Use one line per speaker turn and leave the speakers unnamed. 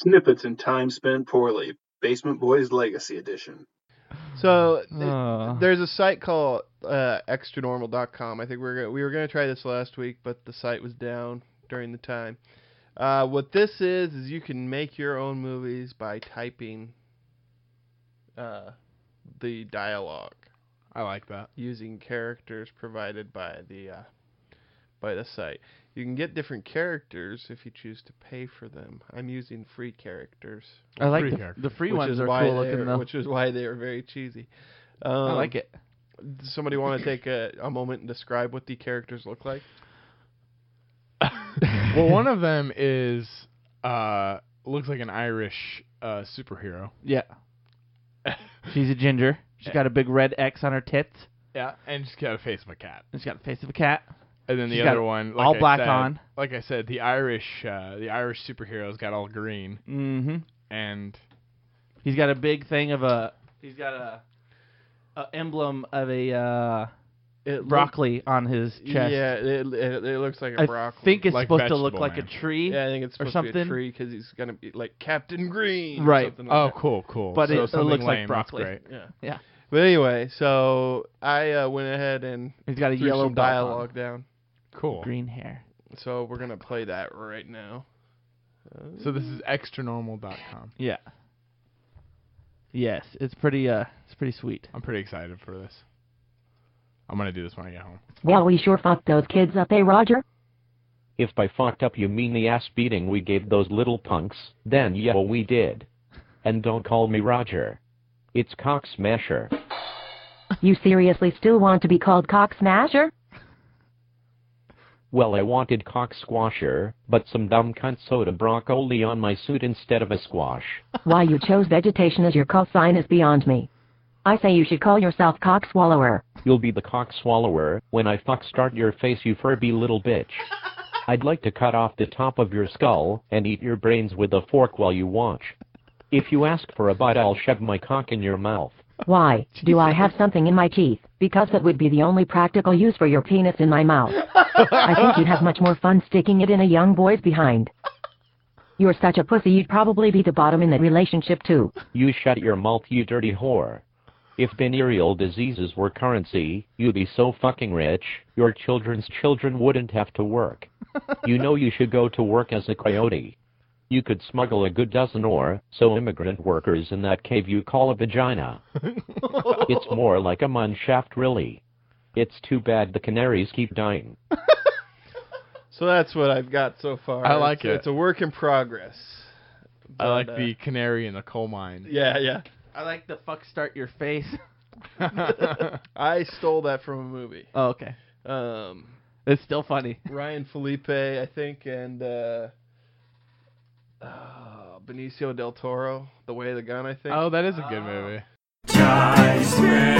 Snippets and Time Spent Poorly, Basement Boys Legacy Edition.
So th-
Oh.
there's a site called uh, extranormal.com. I think we were gonna, we were going to try this last week, but the site was down during the time. Uh, what this is is you can make your own movies by typing uh, the dialogue
I like that.
using characters provided by the uh, by the site. You can get different characters if you choose to pay for them. I'm using free characters,
I like
Free
the,
character.
the free
which
ones
is
are
why
cool
they
looking
are-
though.
which is why they are very cheesy. Um,
I like it.
Does somebody want to take a, a moment and describe what the characters look like?
well, one of them is uh looks like an Irish uh superhero.
Yeah. She's a ginger. She's got a big red X on her tits.
Yeah, and she's got a face of a cat.
And she's got the face of a cat.
And then the
She's got
other one, like
all
I
black
said-
on.
Like I said, the Irish uh the Irish superhero's got all green
Mm-hmm.
and
He's got a big thing of a. He's got a, a emblem of a uh,
It
broccoli on his chest.
Yeah, it, it, it looks like a
I
broccoli.
think it's
Like
supposed to look
vegetable
like a
man.
tree,
yeah, I think it's
or
supposed to be a
something.
tree because he's gonna be like Captain Green, or
Right.
something
Oh,
Like that.
cool, cool.
but
So
it, it
something
looks like
lame, that's
broccoli.
great.
Yeah.
Yeah.
But anyway, so I uh, went ahead and
He's got a
threw
yellow
some
belt on.
dialogue down.
Cool.
green hair.
So we're gonna play that right now.
So this is extranormal.com.
Yeah. Yes, it's pretty. Uh, it's pretty sweet.
I'm pretty excited for this. I'm gonna do this when I get home.
Well, we sure fucked those kids up, eh, Roger?
If by fucked up you mean the ass beating we gave those little punks, then yeah, we did. And don't call me Roger. It's Cocksmasher.
You seriously still want to be called Cock Smasher?
Well, I wanted cock squasher, but some dumb cunt sewed a broccoli on my suit instead of a squash.
Why you chose vegetation as your call sign is beyond me. I say you should call yourself Cock Swallower.
You'll be the cock swallower when I fuck start your face, you Furby little bitch. I'd like to cut off the top of your skull and eat your brains with a fork while you watch. If you ask for a bite, I'll shove my cock in your mouth.
Why? Do I have something in my teeth? Because that would be the only practical use for your penis in my mouth. I think you'd have much more fun sticking it in a young boy's behind. You're such a pussy, you'd probably be the bottom in that relationship, too.
You shut your mouth, you dirty whore. If venereal diseases were currency, you'd be so fucking rich, your children's children wouldn't have to work. you know you should go to work as a coyote. You could smuggle a good dozen or so immigrant workers in that cave you call a vagina. it's more like a mine shaft, really. It's too bad the canaries keep dying.
So that's what I've got so far.
I like
It's-
it.
It's a work in progress.
I like
But, uh,
the canary in the coal mine.
Yeah, yeah.
I like the fuck start your face.
I stole that from a movie.
oh, okay.
Um,
It's still funny.
Ryan Felipe, I think, and uh, uh, Benicio del Toro, The Way of the Gun, I think.
Oh, that is a good movie.
Time spent